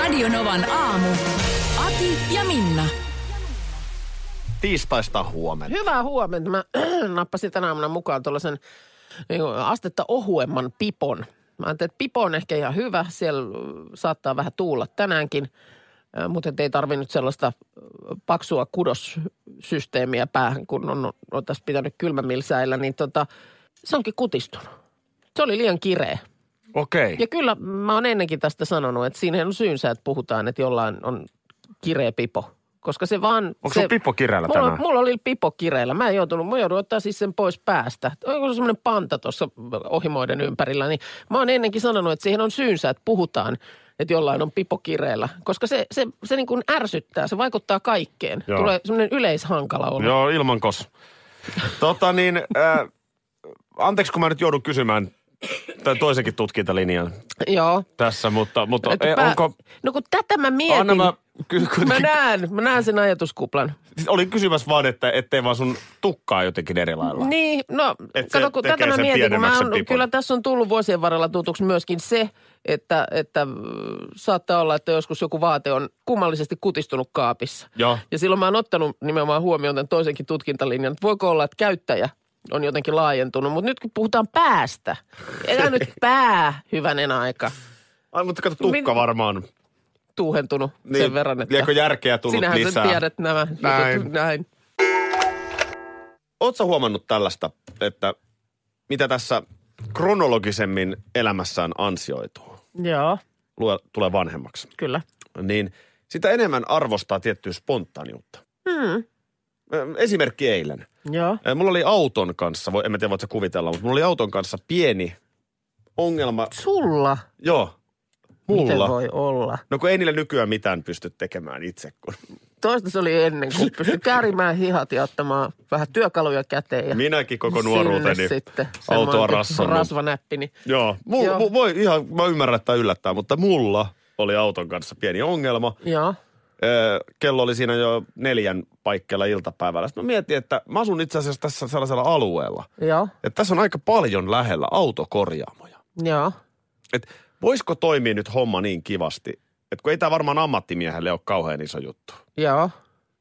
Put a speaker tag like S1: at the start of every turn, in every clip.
S1: Radionovan aamu. Ati ja Minna.
S2: Tiistaista huomenna.
S3: Hyvää huomenta. Mä nappasin tänä aamuna mukaan tuollaisen niin kuin astetta ohuemman pipon. Mä ajattelin, että pipo on ehkä ihan hyvä. Siellä saattaa vähän tuulla tänäänkin, äh, mutta et ei tarvi nyt sellaista äh, paksua kudossysteemiä päähän, kun on, on tässä pitänyt kylmämilsäillä. Niin tota, se onkin kutistunut. Se oli liian kireä.
S2: Okei.
S3: Ja kyllä mä oon ennenkin tästä sanonut, että siinä on syynsä, että puhutaan, että jollain on kireä pipo. Koska se vaan...
S2: Onko
S3: se,
S2: sun Pippo kireellä
S3: mulla,
S2: tänään?
S3: Mulla oli pipo kireellä. Mä en joutunut, mä joudun ottaa siis sen pois päästä. Onko se semmoinen panta tuossa ohimoiden ympärillä? Niin mä oon ennenkin sanonut, että siihen on syynsä, että puhutaan, että jollain on pipo kireellä. Koska se, se, se niin kuin ärsyttää, se vaikuttaa kaikkeen.
S2: Joo.
S3: Joo. Tulee semmoinen yleishankala olo.
S2: Joo, ilman kos. Tota niin, äh, anteeksi kun mä nyt joudun kysymään tämän toisenkin tutkintalinjan
S3: Joo.
S2: tässä, mutta, mutta
S3: Että
S2: ei,
S3: pää-
S2: E, onko...
S3: No kun tätä mä mietin.
S2: Anna mä,
S3: mä...
S2: ky- ky-
S3: Mä näen, mä näen sen ajatuskuplan.
S2: Siis olin kysymässä vaan, että ettei vaan sun tukkaa jotenkin eri lailla.
S3: Niin, no
S2: Et se
S3: kato, kun
S2: tekee
S3: tätä mä
S2: sen
S3: mietin, kun mä
S2: pienemmäksi
S3: oon,
S2: sen pipon.
S3: kyllä tässä on tullut vuosien varrella tutuksi myöskin se, että, että mm, saattaa olla, että joskus joku vaate on kummallisesti kutistunut kaapissa.
S2: Joo.
S3: Ja silloin mä oon ottanut nimenomaan huomioon tämän toisenkin tutkintalinjan, että voiko olla, että käyttäjä on jotenkin laajentunut. Mutta nyt kun puhutaan päästä, elää nyt pää hyvänen aika
S2: Ai, mutta kato, tukka
S3: Min-
S2: varmaan.
S3: tuuhentunut niin, sen verran, että
S2: Liekö järkeä tullut
S3: sinähän
S2: lisää?
S3: sen tiedät nämä jutut.
S2: Näin.
S3: näin.
S2: Oletko huomannut tällaista, että mitä tässä kronologisemmin elämässään ansioituu,
S3: Joo,
S2: lue- tulee vanhemmaksi,
S3: kyllä.
S2: niin sitä enemmän arvostaa tiettyä spontaaniutta.
S3: Mm,
S2: Ö, Esimerkki eilen.
S3: joo.
S2: Ö, Mulla oli auton kanssa, voi- en mä tiedä voitko sä kuvitella, mutta mulla oli auton kanssa pieni ongelma.
S3: Sulla,
S2: Joo,
S3: miten
S2: mulla.
S3: voi olla?
S2: No kun ei niillä nykyään mitään pysty tekemään itse, kun
S3: Toista se oli ennen, kun pystyi käärimään hihat ja ottamaan vähän työkaluja käteen. Ja
S2: minäkin koko
S3: sinne
S2: nuoruuteni.
S3: sitten
S2: autoa
S3: semmoinen
S2: rassannut.
S3: Rasvanäppi, niin
S2: Joo, mulla,
S3: Joo.
S2: Mu, voi ihan, mä ymmärrän, että yllättää, mutta mulla oli auton kanssa pieni ongelma.
S3: joo.
S2: Öö, kello oli siinä jo neljän paikkeilla iltapäivällä. Sitten mä mietin, että mä asun itse asiassa tässä sellaisella alueella,
S3: Joo,
S2: että tässä on aika paljon lähellä autokorjaamoja.
S3: joo.
S2: Et voisiko toimia nyt homma niin kivasti, että kun ei tämä varmaan ammattimiehelle ole kauhean iso juttu,
S3: Joo.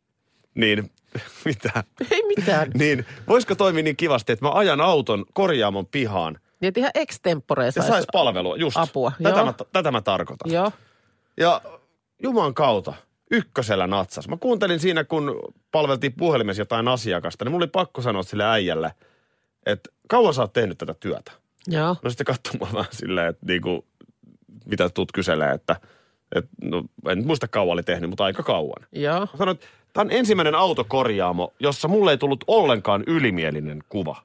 S2: niin mitä?
S3: Ei mitään.
S2: Niin, voisiko toimia niin kivasti, että mä ajan auton korjaamon pihaan
S3: Niin, että ihan extemporeen
S2: ja
S3: saisi.
S2: sais palvelua, just.
S3: apua,
S2: Tätä
S3: joo.
S2: mä, tätä mä tarkoitan.
S3: Joo,
S2: Ja Juman kautta, ykkösellä natsas. Mä kuuntelin siinä, kun palveltiin puhelimessa jotain asiakasta, niin mulla oli pakko sanoa sille äijälle, että kauan sä oot tehnyt tätä työtä.
S3: joo.
S2: No sitten katsomaan vähän silleen, että niinku, mitä tut kyselee, että, että no, en nyt muista kauan oli tehnyt, mutta aika kauan.
S3: Joo,
S2: Mä sanoin, että tämä on ensimmäinen autokorjaamo, jossa mulle ei tullut ollenkaan ylimielinen kuva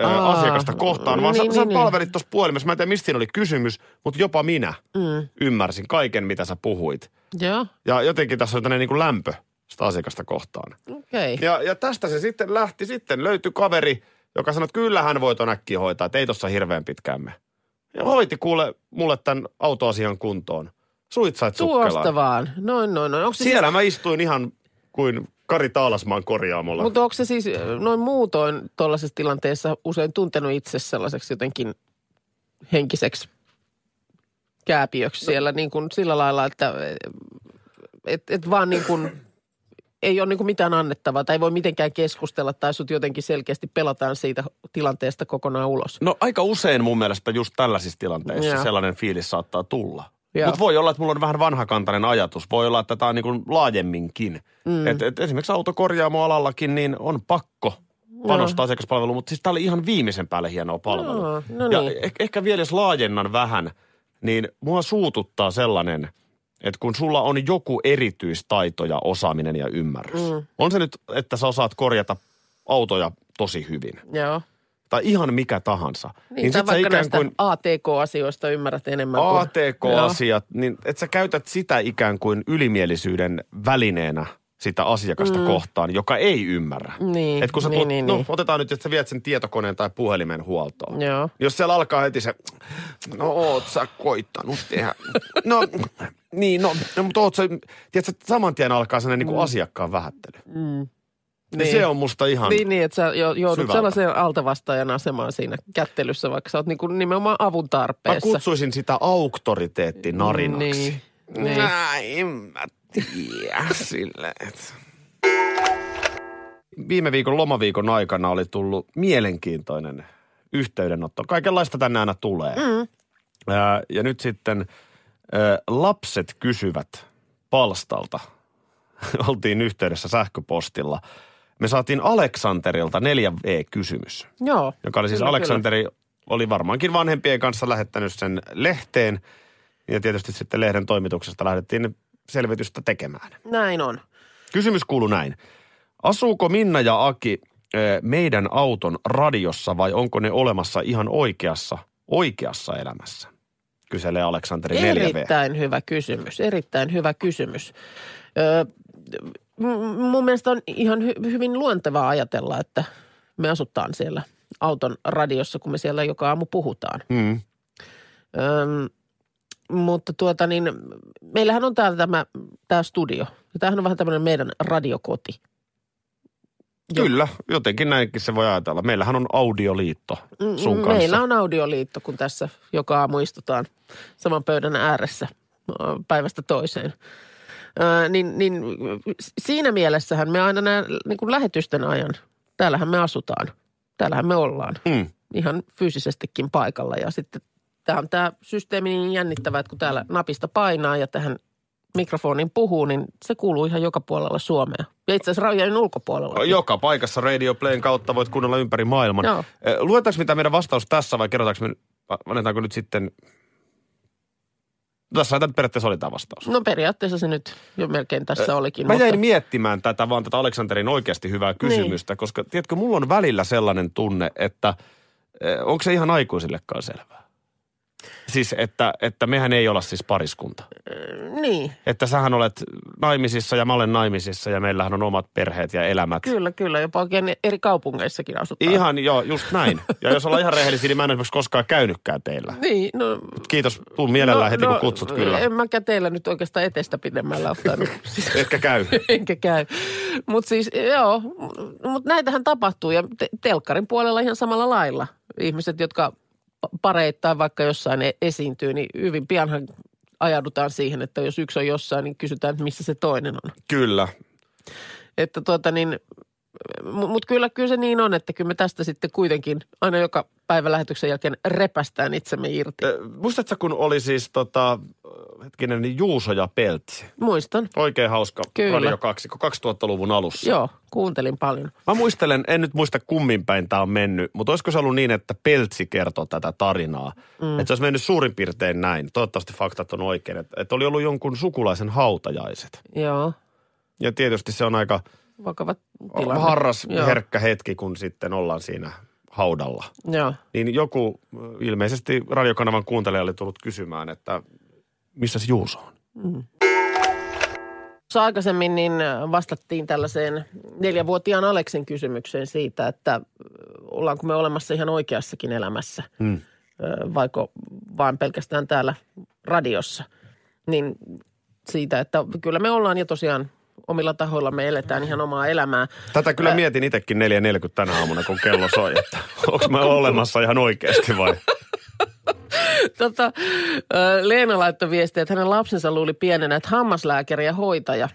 S2: ö,
S3: Aa,
S2: asiakasta kohtaan, vaan
S3: niin,
S2: sä,
S3: niin,
S2: sä palvelit tuossa puhelimessa. Mä en tiedä, mistä siinä oli kysymys, mutta jopa minä
S3: mm.
S2: ymmärsin kaiken, mitä sä puhuit.
S3: joo,
S2: Ja jotenkin tässä on tämmöinen niin kuin lämpö sitä asiakasta kohtaan.
S3: okei. Okay.
S2: Ja, ja tästä se sitten lähti. Sitten löytyi kaveri, joka sanoi, että kyllähän voit on äkkiä hoitaa, että ei tossa hirveän pitkään me. Ja hoiti kuule mulle tämän autoasian kuntoon. Suitsait
S3: Tuosta
S2: sukkelaan.
S3: vaan. Noin, noin, noin. Onko se
S2: Siellä mä istuin ihan kuin Kari Taalasmaan korjaamolla.
S3: Mutta onko se siis noin muutoin tuollaisessa tilanteessa usein tuntenut itse sellaiseksi jotenkin henkiseksi
S2: No.
S3: kääpiöksi siellä niin kuin sillä lailla, että et, et vaan niin kuin ei ole niin kuin mitään annettavaa tai ei voi mitenkään keskustella tai sut jotenkin selkeästi pelataan siitä tilanteesta kokonaan ulos.
S2: No aika usein mun mielestä just tällaisissa tilanteissa
S3: Joo.
S2: sellainen fiilis saattaa tulla.
S3: Joo.
S2: Mutta voi olla, että mulla on vähän vanhakantainen ajatus. Voi olla, että tämä on niin kuin laajemminkin. Mm. Et, et esimerkiksi autokorjaamoalallakin niin on pakko panostaa asiakaspalveluun, mutta siis tämä oli ihan viimeisen päälle hienoa palvelua.
S3: Joo, no
S2: ja
S3: niin.
S2: eh- ehkä vielä jos laajennan vähän, niin mua suututtaa sellainen, että kun sulla on joku erityistaito ja osaaminen ja ymmärrys. Mm. On se nyt, että sä osaat korjata autoja tosi hyvin
S3: Joo,
S2: tai ihan mikä tahansa.
S3: Niin, niin
S2: sit
S3: tai
S2: sä
S3: vaikka
S2: ikään
S3: näistä
S2: kuin-
S3: ATK-asioista ymmärrät enemmän kuin...
S2: ATK-asiat, niin että sä käytät sitä ikään kuin ylimielisyyden välineenä sitä asiakasta mm. kohtaan, joka ei ymmärrä.
S3: Niin,
S2: Et kun sä
S3: niin,
S2: tuot,
S3: niin,
S2: no,
S3: niin.
S2: otetaan nyt, että sä viet sen tietokoneen tai puhelimen huoltoon.
S3: Joo.
S2: Jos siellä alkaa heti se, no oot sä koittanut tehdä. No, niin, no, no mutta oot sä, tiedätkö, saman tien alkaa sellainen mm. niin asiakkaan vähättely. Mm. Niin.
S3: Niin.
S2: Se on musta ihan...
S3: Niin, niin, että sä jo- joudut
S2: Syvältä.
S3: sellaiseen altavastaajan asemaan siinä kättelyssä, vaikka sä oot niinku nimenomaan avun
S2: Mä
S3: tarpeessa.
S2: kutsuisin sitä auktoriteettinarinaksi.
S3: Niin, niin.
S2: Nää, en mä tiedä sille, et. Viime viikon lomaviikon aikana oli tullut mielenkiintoinen yhteydenotto. Kaikenlaista tänne aina tulee. Mm. Ja, ja nyt sitten ö, lapset kysyvät palstalta. Oltiin yhteydessä sähköpostilla. Me saatiin Aleksanterilta 4E-kysymys
S3: Joo.
S2: joka oli siis
S3: Kyllä,
S2: Aleksanteri, oli varmaankin vanhempien kanssa lähettänyt sen lehteen. Ja tietysti sitten lehden toimituksesta lähdettiin selvitystä tekemään.
S3: kyllä. Näin on.
S2: Kysymys kuuluu näin. Asuuko Minna ja Aki eh, meidän auton radiossa vai onko ne olemassa ihan oikeassa, oikeassa elämässä? Kyselee Aleksanteri 4V.
S3: Erittäin hyvä kysymys, erittäin hyvä kysymys. Öö, m- mun mielestä on ihan hy- hyvin luontevaa ajatella, että me asutaan siellä auton radiossa, kun me siellä joka aamu puhutaan.
S2: Mm.
S3: Öm, mutta tuota niin, meillähän on täällä tämä, tämä studio. Ja Tämähän on vähän tämmöinen meidän radiokoti. Joo.
S2: Kyllä, jotenkin näinkin se voi ajatella. Meillähän on audioliitto
S3: Mm,
S2: sun
S3: mm,
S2: kanssa.
S3: Meillä on audioliitto, kun tässä joka aamu istutaan saman pöydän ääressä ö, päivästä toiseen. Ö, niin, niin s- siinä mielessähän me aina nämä niin kuin lähetysten ajan, täällähän me asutaan, täällähän me ollaan
S2: Mm.
S3: ihan fyysisestikin paikalla. Ja sitten tämä on tämä systeemi niin jännittävä, että kun täällä napista painaa ja tähän mikrofonin puhuu, niin se kuuluu ihan joka puolella Suomea. Ja itse asiassa rajojen ulkopuolella.
S2: Joka paikassa Radio Playn kautta voit kuunnella ympäri maailman.
S3: Joo.
S2: Eh, Luetaanko mitä meidän vastaus tässä vai kerrotaanko me, va- annetaanko nyt sitten... No, Tässä tämä periaatteessa oli tämä vastaus.
S3: No periaatteessa se nyt jo melkein tässä olikin.
S2: Mä
S3: Niin, mutta- Niin.
S2: jäin miettimään tätä vaan tätä Aleksanterin oikeasti hyvää kysymystä, koska tiedätkö, mulla on välillä sellainen tunne, että eh, onko se ihan aikuisillekaan selvää? Siis, että, että mehän ei olla siis pariskunta.
S3: Niin,
S2: Että sähän olet naimisissa ja mä olen naimisissa ja meillähän on omat perheet ja elämät.
S3: kyllä, kyllä. Jopa oikein eri kaupungeissakin asutaan.
S2: Ihan joo, just näin. Ja jos ollaan ihan rehellisiä, niin mä en esimerkiksi koskaan käynytkään teillä.
S3: Niin, no...
S2: Kiitos, tuun mielellään heti kun kutsut kyllä.
S3: En mäkään teillä nyt oikeastaan etestä pidemmällä ottanut. Siis-
S2: Etkä käy.
S3: Enkä käy. Mutta siis joo, mutta näitähän tapahtuu ja te- telkkarin puolella ihan samalla lailla. Ihmiset, jotka pa- pareittain vaikka jossain e- esiintyy, niin hyvin pianhan ajaudutaan siihen, että jos yksi on jossain, niin kysytään, että missä se toinen on.
S2: Kyllä.
S3: Että tuota niin, mutta kyllä, kyllä se niin on, että kyllä me tästä sitten kuitenkin aina joka päivä lähetyksen jälkeen repästään itsemme irti.
S2: Ö, Muistatko, kun oli siis tota, hetkinen, niin Juuso ja Peltsi?
S3: Muistan.
S2: Oikein hauska
S3: Kyllä.
S2: Radio 2, 2000-luvun alussa.
S3: Joo, kuuntelin paljon.
S2: Mä muistelen, en nyt muista kummin päin tämä on mennyt, mutta olisiko se ollut niin, että Peltsi kertoo tätä tarinaa? Mm. Että se olisi mennyt suurin piirtein näin. Toivottavasti faktat on oikein. Että, että oli ollut jonkun sukulaisen hautajaiset.
S3: Joo,
S2: Ja tietysti se on aika
S3: vakava tilanne.
S2: harras,
S3: Joo,
S2: herkkä hetki, kun sitten ollaan siinä haudalla.
S3: Joo.
S2: Niin joku ö, ilmeisesti radiokanavan kuuntelija oli tullut kysymään, että missäs Juuso on?
S3: Tuossa aikaisemmin niin vastattiin tällaiseen neljävuotiaan Aleksin kysymykseen siitä, että äh, ollaanko me olemassa ihan oikeassakin elämässä,
S2: Mm.
S3: ö, vaiko vaan pelkästään täällä radiossa. Niin siitä, että kyllä me ollaan ja tosiaan omilla tahoilla me eletään ihan omaa elämää.
S2: Tätä kyllä
S3: Ä-
S2: mietin itsekin 4.40 tänä aamuna, kun kello soi, että onko mä olemassa ihan oikeasti vai?
S3: Tota, ö, Leena laittoi viestiä, että hänen lapsensa luuli pienenä, että hammaslääkäri ja hoitaja,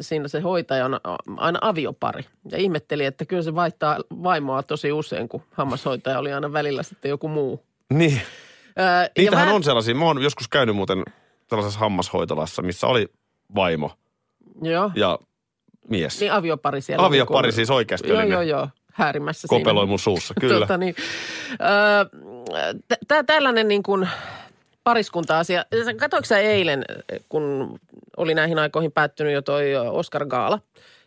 S3: siinä se hoitaja on aina aviopari. Ja ihmetteli, että kyllä se vaihtaa vaimoa tosi usein, kun hammashoitaja oli aina välillä sitten joku muu.
S2: Niin.
S3: Ö,
S2: Niitähän
S3: ja
S2: on sellaisia. Mä oon joskus käynyt muuten tällaisessa hammashoitolassa, missä oli vaimo
S3: Joo,
S2: ja mies.
S3: niin aviopari siellä.
S2: Aviopari
S3: niin kuin-
S2: siis oikeasti
S3: Joo,
S2: oli
S3: joo,
S2: ne.
S3: joo, häärimässä
S2: Kopeloi
S3: siinä.
S2: mun suussa, kyllä.
S3: Tota niin, ö, tä- tä- tällainen niin kuin pariskunta-asia. Sä- Katoiko sä eilen, kun oli näihin aikoihin päättynyt jo toi Oscar Gaala?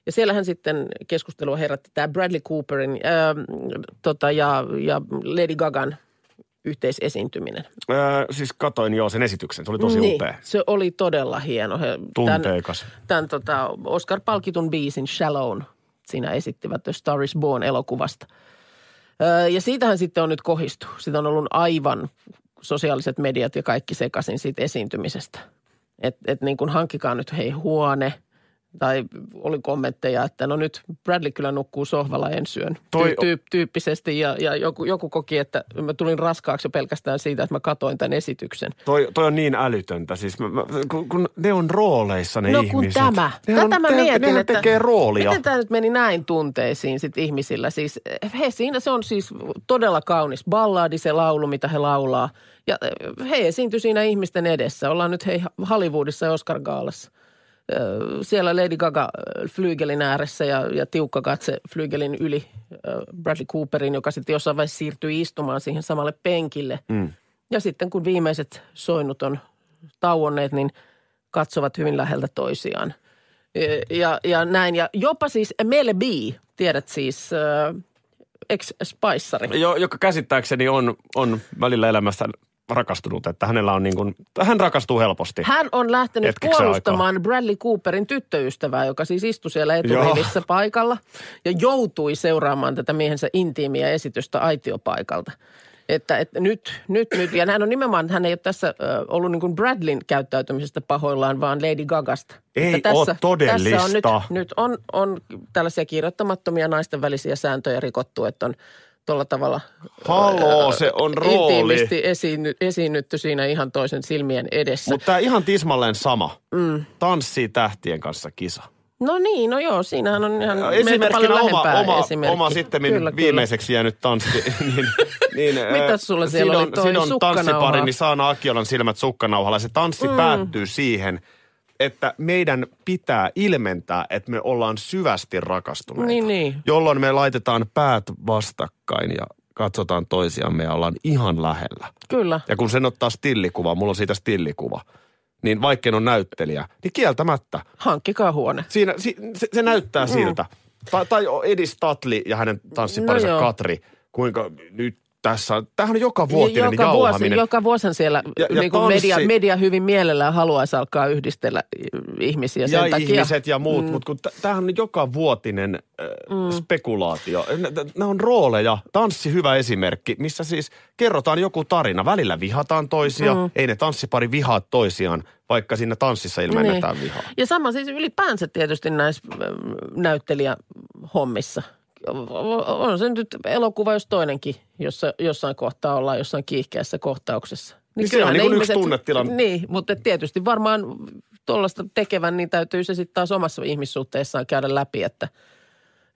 S3: Ja siellähän sitten keskustelua herätti tämä Bradley Cooperin ää, tota, ja, ja Lady Gagan yhteisesiintyminen.
S2: Öö, siis katoin joo sen esityksen, se oli tosi
S3: niin,
S2: upea.
S3: se oli todella hieno. He,
S2: Tunteikas.
S3: Tämän, tämän tota, Oscar-palkitun biisin Shallown siinä esittivät The Star is Born elokuvasta. Öö, ja siitähän sitten on nyt kohistu. Sitä on ollut aivan sosiaaliset mediat ja kaikki sekaisin siitä esiintymisestä. Että et niin kuin hankkikaa nyt hei huone tai oli kommentteja, että no nyt Bradley kyllä nukkuu sohvalla ensi yön
S2: Toi-
S3: tyy- tyy- tyyppisesti. Ja, ja joku, joku koki, että mä tulin raskaaksi jo pelkästään siitä, että mä katoin tämän esityksen.
S2: Toi, toi on niin älytöntä, siis mä, mä, kun, kun ne on rooleissa ne
S3: No kun
S2: ihmiset.
S3: tämä.
S2: Ne
S3: Tätä mä mietin,
S2: nehän
S3: että
S2: tekee roolia.
S3: Miten tämä nyt meni näin tunteisiin sit ihmisillä? Siis eh, he siinä, se on siis todella kaunis balladi se laulu, mitä he laulaa. Ja eh, he esiintyi siinä ihmisten edessä. Ollaan nyt hei Hollywoodissa ja Oscar Gaalassa. Ö, Siellä Lady Gaga ö, flyygelin ääressä ja, ja tiukka katse flyygelin yli ö, Bradley Cooperin, joka sitten jossain vaiheessa siirtyi istumaan siihen samalle penkille. Mm. Ja sitten kun viimeiset soinnut on tauonneet, niin katsovat hyvin läheltä toisiaan. Ja, ja näin. Ja jopa siis Mel B, tiedät siis, äh, ex-spiceri.
S2: Jo, joka käsittääkseni on, on välillä elämässä rakastunut, että hänellä on niin kuin, hän rakastuu helposti.
S3: Hän on lähtenyt
S2: Hetkeksi
S3: puolustamaan Bradley Cooperin tyttöystävää, joka siis istui siellä
S2: Joo.
S3: eturivissä paikalla ja joutui seuraamaan tätä miehensä intiimiä esitystä aitiopaikalta. Että, että nyt, nyt, nyt. Ja hän on nimenomaan, hän ei ole tässä ö, ollut niin kuin Bradlin käyttäytymisestä pahoillaan, vaan Lady Gagasta.
S2: Ei
S3: Että
S2: oo todellista.
S3: Tässä on nyt, nyt on, on tällaisia kirjoittamattomia naisten välisiä sääntöjä rikottu, että on tuolla tavalla
S2: Haloo, se on rooli.
S3: intiimisti esiinny, esiinnytty siinä ihan toisen silmien edessä.
S2: Mutta tämä ihan tismalleen sama. Mm. Tanssii tähtien kanssa kisa.
S3: No niin, no joo, siinähän on ihan meitä paljon
S2: Esimerkkinä oma,
S3: lähempää
S2: oma,
S3: esimerkki.
S2: oma sitten
S3: Kyllä,
S2: viimeiseksi jäänyt tanssi. niin, niin, äh,
S3: Mitäs sulla siellä oli? Toi
S2: Sidon
S3: sukkanauha.
S2: tanssipari, niin Saana Akiolan silmät sukkanauhalla. Se tanssi mm. päättyy siihen, että meidän pitää ilmentää, että me ollaan syvästi rakastuneita.
S3: Niin, niin.
S2: Jolloin me laitetaan päät vastakkain ja katsotaan toisiamme ja ollaan ihan lähellä.
S3: Kyllä, kyllä.
S2: Ja kun sen ottaa stillikuva, mulla on siitä stillikuva, niin vaikka en ole näyttelijä, niin kieltämättä –
S3: hankkikaa huone.
S2: Siinä, si- se, se
S3: Mm.
S2: näyttää siltä. Tai, tai Edi Statli ja hänen tanssiparinsa
S3: No joo.
S2: Katri, kuinka nyt tässä, tämähän on joka vuotinen
S3: joka, vuosi,
S2: jauhaminen.
S3: joka vuosi siellä
S2: Ja-
S3: ja,
S2: ja
S3: ja niin kuin media,
S2: tanssi-
S3: media hyvin mielellään haluaisi alkaa yhdistellä ihmisiä sen
S2: ja
S3: takia.
S2: ihmiset ja muut, mm. mutta kun t- tämähän on joka vuotinen äh, mm. spekulaatio. Nämä on rooleja, tanssi hyvä esimerkki, missä siis kerrotaan joku tarina. Välillä vihataan toisia, mm. ei ne tanssipari vihaa toisiaan, vaikka siinä tanssissa ilmennetään vihaa.
S3: Niin, Ja sama siis ylipäänsä tietysti näissä ähm, näyttelijähommissa. On se nyt elokuva jos toinenkin, jossa jossain kohtaa ollaan jossain kiihkeässä kohtauksessa.
S2: Niin se on
S3: kyllähän
S2: niin kuin
S3: ne
S2: yksi tunnetilan-
S3: Niin, mutta tietysti varmaan tuollaista tekevän, niin täytyy se sitten taas omassa ihmissuhteessaan käydä läpi, että,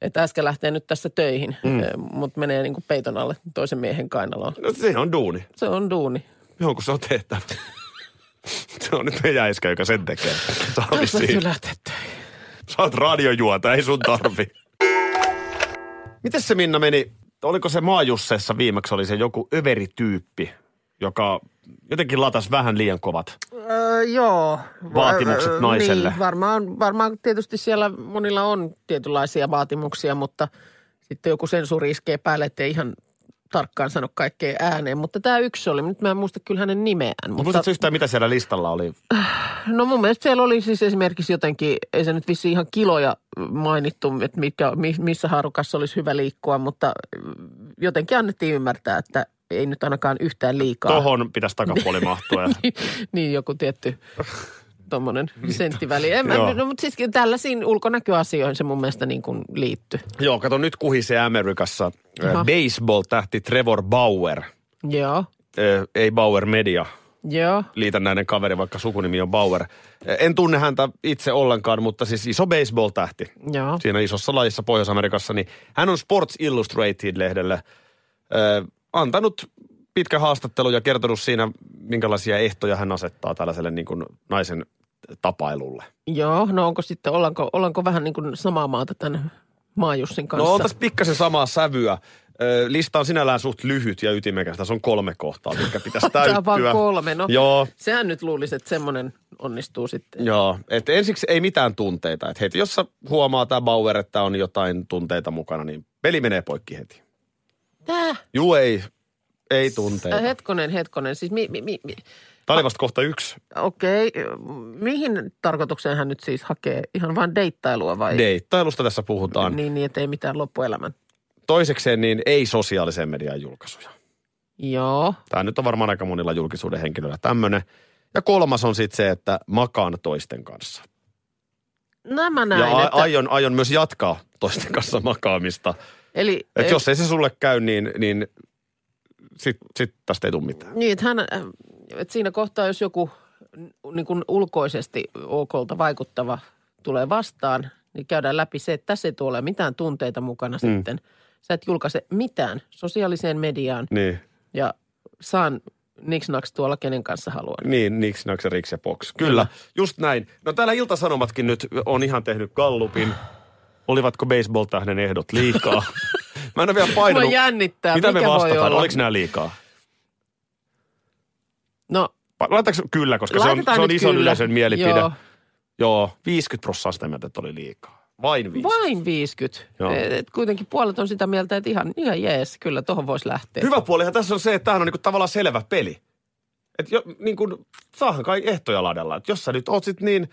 S3: että äsken lähtee nyt tässä töihin, mm. mutta menee niin kuin peiton alle toisen miehen kainaloon.
S2: No, se on duuni.
S3: Se on duuni.
S2: Jonkun se on tehtävä. se on nyt meidän äiskä, joka sen tekee. Sori
S3: Täytyy
S2: siinä.
S3: lähteä töihin.
S2: Sä oot radiojuota, ei sun tarvi. Miten se Minna meni? Oliko se maajussessa viimeksi oli se joku överityyppi, joka jotenkin latas vähän liian kovat?
S3: Öö, joo.
S2: Vaatimukset
S3: Öö,
S2: naiselle.
S3: Niin, varmaan, varmaan tietysti siellä monilla on tietynlaisia vaatimuksia, mutta sitten joku sensuuri iskee päälle, ettei ihan tarkkaan sano kaikkea ääneen. Mutta tämä yksi oli, nyt mä en muista kyllä hänen nimeään.
S2: Mutta
S3: Mutta,
S2: No, muistatko yhtään, mitä siellä listalla oli?
S3: no mun mielestä siellä oli siis esimerkiksi jotenkin, ei se nyt vissi ihan kiloja mainittu, että mitkä, mi- missä haarukassa olisi hyvä liikkua, mutta jotenkin annettiin ymmärtää, että ei nyt ainakaan yhtään liikaa.
S2: Tohon pitäisi takapuoli mahtua. Ja...
S3: niin, joku tietty tuommoinen senttiväli. En,
S2: Joo.
S3: mä, no, mutta siis tällaisiin ulkonäköasioihin se mun mielestä niin kuin liittyy.
S2: Joo, kato nyt kuhisee Amerikassa. Ö,
S3: Aha.
S2: Baseball-tähti Trevor Bauer.
S3: Joo,
S2: Ö, Ei Bauer Media,
S3: joo.
S2: liitännäinen kaveri, vaikka sukunimi on Bauer. En tunne häntä itse ollenkaan, mutta siis iso baseball-tähti
S3: Joo.
S2: siinä isossa lajissa Pohjois-Amerikassa. Niin hän on Sports Illustrated-lehdelle ö, antanut pitkä haastattelu ja kertonut siinä, minkälaisia ehtoja hän asettaa tällaiselle niin kuin naisen tapailulle.
S3: Joo, no onko sitten, ollaanko, ollaanko vähän niin kuin samaa maata tämän Maajussin kanssa?
S2: No on tässä pikkasen samaa sävyä. Ö, Lista on sinällään suht lyhyt ja ytimekäs. Tässä on kolme kohtaa, mitkä pitäisi
S3: Tää
S2: täyttyä.
S3: on vaan kolme, no.
S2: Joo,
S3: Sehän nyt luulisi, että semmoinen onnistuu sitten.
S2: Joo, että ensiksi ei mitään tunteita. Että heti, jos sä huomaa tämä Bauer, että on jotain tunteita mukana, niin peli menee poikki heti.
S3: Tää?
S2: Juu, ei, ei
S3: Äh,
S2: tunteita.
S3: Hetkonen, hetkonen. Siis mi, mi, mi, mi.
S2: Tämä oli vasta kohta yksi
S3: Okei, mihin tarkoitukseen hän nyt siis hakee? Ihan vain deittailua vai?
S2: deittailusta tässä puhutaan.
S3: Niin, niin, ettei mitään loppuelämän.
S2: Toisekseen niin ei sosiaalisen median julkaisuja.
S3: Joo.
S2: Tämä nyt on varmaan aika monilla julkisuuden henkilöillä tämmöinen. Ja kolmas on sitten se, että makaan toisten kanssa.
S3: Nämä näin.
S2: Näin, ja a-
S3: että,
S2: aion, aion myös jatkaa toisten kanssa makaamista.
S3: eli,
S2: Että jos ei se sulle käy, niin, niin sitten sit tästä ei tule mitään.
S3: Niin, että hän, äh, että siinä kohtaa, jos joku n- niin kuin ulkoisesti OKlta vaikuttava tulee vastaan, niin käydään läpi se, että tässä ei tule mitään tunteita mukana mm. sitten. Sä et julkaise mitään sosiaaliseen mediaan
S2: Niin,
S3: ja saan niksnaks tuolla, kenen kanssa haluan.
S2: niin niks, naks, ja riks ja box. Kyllä, just näin. No täällä Iltasanomatkin nyt on ihan tehnyt gallupin. Olivatko baseball-tähden ehdot liikaa? Mä en ole vielä
S3: Mua
S2: painanut.
S3: jännittää,
S2: Mitä
S3: mikä
S2: me
S3: voi
S2: vastataan?
S3: olla.
S2: Oliko nämä liikaa?
S3: No,
S2: Laitetaanko kyllä, koska se on,
S3: laitetaan
S2: se on
S3: nyt
S2: ison
S3: kyllä.
S2: yleisön mielipide.
S3: Joo.
S2: Joo, Joo 50 prosenttia sitä mieltä, että oli liikaa. Vain 50.
S3: Vain 50.
S2: Joo.
S3: Et et kuitenkin puolet on sitä mieltä, että ihan, ihan jees, kyllä tohon voisi lähteä.
S2: Hyvä puolihan tässä on se, että tämähän on niinku tavallaan selvä peli. Et jo, niinku, saahan kai ehtoja ladella. Et jos sä nyt oot sit niin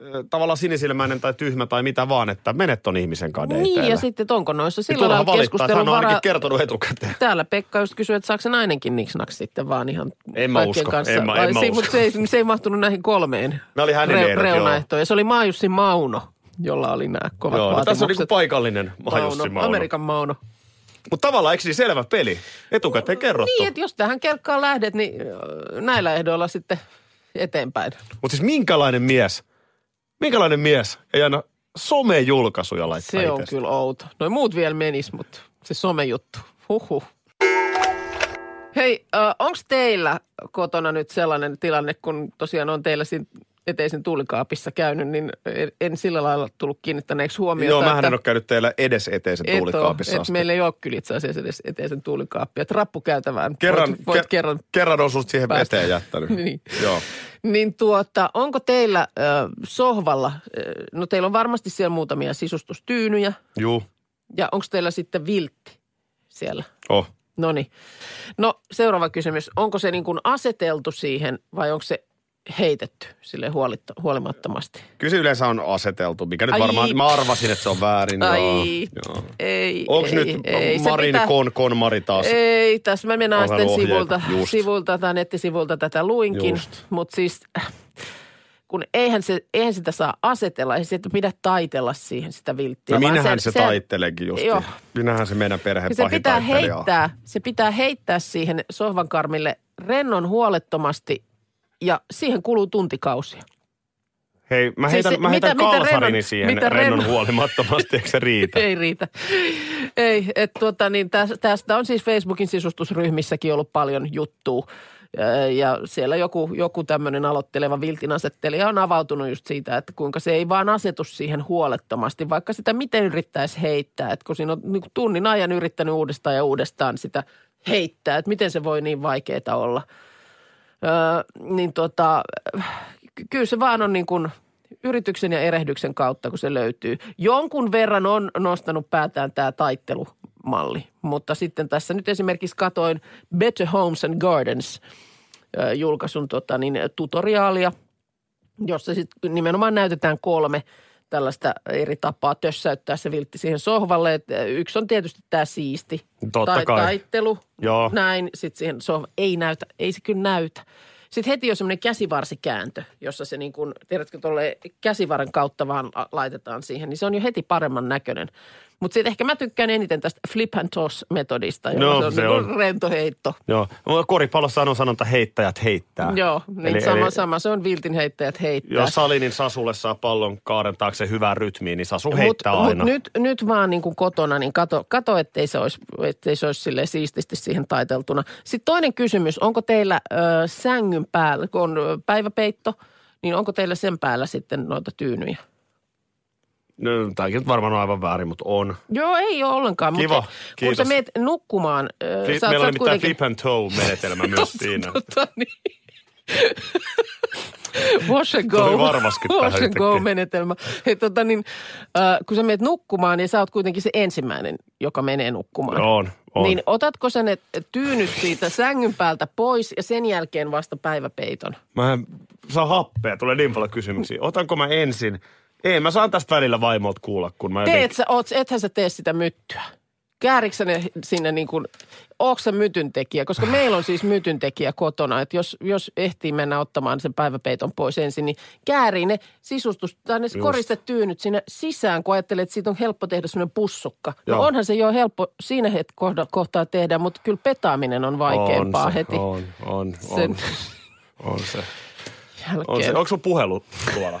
S2: ö, tavallaan sinisilmäinen tai tyhmä tai mitä vaan, että menet ton ihmisen kanssa
S3: Niin,
S2: dateille.
S3: ja sitten, että onko noissa
S2: Niin
S3: sillä lailla
S2: turha valittaa, että hän
S3: keskustelun
S2: on ainakin
S3: varaa.
S2: kertonut etukäteen.
S3: Täällä Pekka just kysyi, että saako se nainenkin niksnaks sitten vaan ihan
S2: En mä
S3: kaikkien
S2: usko,
S3: kanssa.
S2: en mä- en
S3: Vai
S2: mä
S3: se,
S2: usko.
S3: Mutta se, ei, se ei mahtunut näihin kolmeen
S2: Ne oli hänen ehdot, joo.
S3: reunaehtoon. Ja se oli Maajussi Mauno, jolla oli nämä kovat
S2: Joo, no tässä on niinku
S3: vaatimukset. no,
S2: paikallinen Jussi Mauno.
S3: Amerikan Mauno.
S2: Mutta tavallaan eikö niin selvä peli? Etukäteen kerrottu.
S3: Niin, että jos tähän kerkkaan lähdet, niin öö, näillä ehdoilla sitten eteenpäin.
S2: Mutta siis minkälainen mies, minkälainen mies ei aina somejulkaisuja laittaa
S3: Se on
S2: itsestä?
S3: kyllä outo. Noin muut vielä menis, mutta se somejuttu. Huhhuh. Hei, onko teillä kotona nyt sellainen tilanne, kun tosiaan on teillä siinä eteisen tuulikaapissa käynyt, niin en, en sillä lailla tullut kiinnittäneeksi huomiota.
S2: Joo, mähän
S3: että
S2: en ole käynyt teillä edes eteisen
S3: et oo,
S2: tuulikaapissa
S3: et
S2: asti.
S3: Meillä ei ole kyllä itse asiassa edes eteisen tuulikaappia. Et rappukäytävään
S2: Kerran,
S3: voit, voit
S2: ke-
S3: kerran.
S2: kerran on sut siihen
S3: päästä.
S2: veteen jättänyt.
S3: Niin.
S2: Joo.
S3: Niin tuota, onko teillä ö, sohvalla, ö, no teillä on varmasti siellä muutamia sisustustyynyjä,
S2: Juu.
S3: ja onko teillä sitten viltti siellä?
S2: Oh.
S3: No niin. No seuraava kysymys. Onko se niin kuin aseteltu siihen vai onko se heitetty sille huolitta- huolimattomasti?
S2: Kyllä se yleensä on aseteltu, mikä nyt
S3: Ai.
S2: varmaan, mä arvasin, että se on väärin.
S3: Ai,
S2: Joo. Joo.
S3: ei,
S2: Onks
S3: ei,
S2: nyt
S3: ei, se
S2: Marin
S3: pitää-
S2: kon, kon Mari taas?
S3: Ei, tässä mä mennään
S2: Onhan
S3: sitten
S2: ohjeita,
S3: sivulta,
S2: just.
S3: sivulta tai nettisivulta tätä luinkin,
S2: Just.
S3: mutta siis äh, kun eihän, se, eihän sitä saa asetella, eihän sitä pidä taitella siihen sitä vilttiä.
S2: No
S3: vaan
S2: minähän se,
S3: sen-
S2: se
S3: sen-
S2: taitteleekin just.
S3: Joo.
S2: Minähän se meidän perheen
S3: Ja Niin se
S2: pahin
S3: pitää
S2: taittelija on.
S3: heittää, se pitää heittää siihen sohvankarmille rennon huolettomasti ja siihen kuluu tuntikausia.
S2: Hei, mä
S3: Siis
S2: heitän,
S3: se-
S2: mä heitän
S3: mitä- mitä
S2: kalsarini
S3: Rennon-
S2: siihen
S3: mitä
S2: rennon
S3: Rennon-
S2: huolimattomasti, eikö se riitä?
S3: Ei riitä. Ei, et tuota, niin täs- tästä on siis Facebookin sisustusryhmissäkin ollut paljon juttua. Öö, Ja siellä joku, joku tämmöinen aloitteleva viltin asettelija on avautunut just siitä, että kuinka se ei vaan asetu siihen huolettomasti, vaikka sitä miten yrittäisi heittää. Että kun siinä on niin tunnin ajan yrittänyt uudestaan ja uudestaan sitä heittää, että miten se voi niin vaikeaa olla. Öö, niin tota, ky- kyllä se vaan on niin kuin yrityksen ja erehdyksen kautta, kun se löytyy. Jonkun verran on nostanut päätään tämä taittelumalli, mutta sitten tässä nyt esimerkiksi katoin Better Homes and Gardens ö, julkaisun tota, niin, tutoriaalia, jossa sitten nimenomaan näytetään kolme tällaista eri tapaa tössäyttää se viltti siihen sohvalle. Et ö, yksi on tietysti tämä siisti.
S2: Totta
S3: tai,
S2: kai.
S3: Taittelu,
S2: Joo.
S3: näin, sitten siihen sohva, ei näytä, ei se kyllä näytä. Sitten heti on semmoinen käsivarsikääntö, jossa se niin kuin, tiedätkö, tuolle käsivarren kautta vaan la- laitetaan siihen, niin se on jo heti paremman näköinen. Mutta sitten ehkä mä tykkään eniten tästä flip and toss-metodista, jolla no,
S2: No,
S3: se on,
S2: se
S3: se niin
S2: on.
S3: on. rento heitto.
S2: Joo. Koripallossa on sanonta heittäjät heittää.
S3: Joo, niin eli, sama, eli, sama, se on viltin heittäjät heittää.
S2: Jos Salinin Sasulle saa pallon kaaren taakse hyvään rytmiin, niin Sasu
S3: Mut-
S2: heittää
S3: mut
S2: aina.
S3: nyt, nyt vaan niin kuin kotona, niin kato, kato ettei se olisi, ettei se olisi silleen siististi siihen taiteltuna. Sitten toinen kysymys, onko teillä ö, sängyn päällä, kun on ö, päiväpeitto, niin onko teillä sen päällä sitten noita tyynyjä?
S2: No, tämäkin nyt varmaan on aivan väärin, mutta on.
S3: Joo, ei ole ollenkaan.
S2: Kiva,
S3: mutta Kun sä
S2: kiitos.
S3: meet nukkumaan, ö, sä,
S2: Siis meillä
S3: sä oot
S2: on nimittäin
S3: kuitenkin...
S2: flip and toe-menetelmä myös siinä.
S3: Tota, niin. Wash and go.
S2: Tuli varmaskin tähän
S3: Wash and go
S2: yhtäkkiä.
S3: menetelmä. Hei, tota niin, äh, kun sä menet nukkumaan, niin sä oot kuitenkin se ensimmäinen, joka menee nukkumaan.
S2: On, on.
S3: Niin otatko sä ne tyynyt siitä sängyn päältä pois ja sen jälkeen vasta päiväpeiton?
S2: Mä en saa happea, tulee niin paljon kysymyksiä. Otanko mä ensin? Ei, mä saan tästä välillä vaimolta kuulla, kun mä
S3: Teet sä, oot, ethän sä tee sitä myttyä. Kääriksä ne sinne niin kuin, ootko sä mytyntekijä? Koska meillä on siis mytyntekijä kotona, että jos, jos ehtii mennä ottamaan sen päiväpeiton pois ensin, niin käärii ne sisustus tai ne koristetyynyt sinne sisään, kun ajattelee, että siitä on helppo tehdä semmoinen pussukka. No
S2: Joo.
S3: onhan se jo helppo siinä het- kohda- kohtaa tehdä, mutta kyllä petaaminen on vaikeampaa
S2: on se,
S3: heti
S2: On, on,
S3: sen
S2: on, on se. On se.
S3: jälkeen.
S2: Onko sun puhelu tuolla?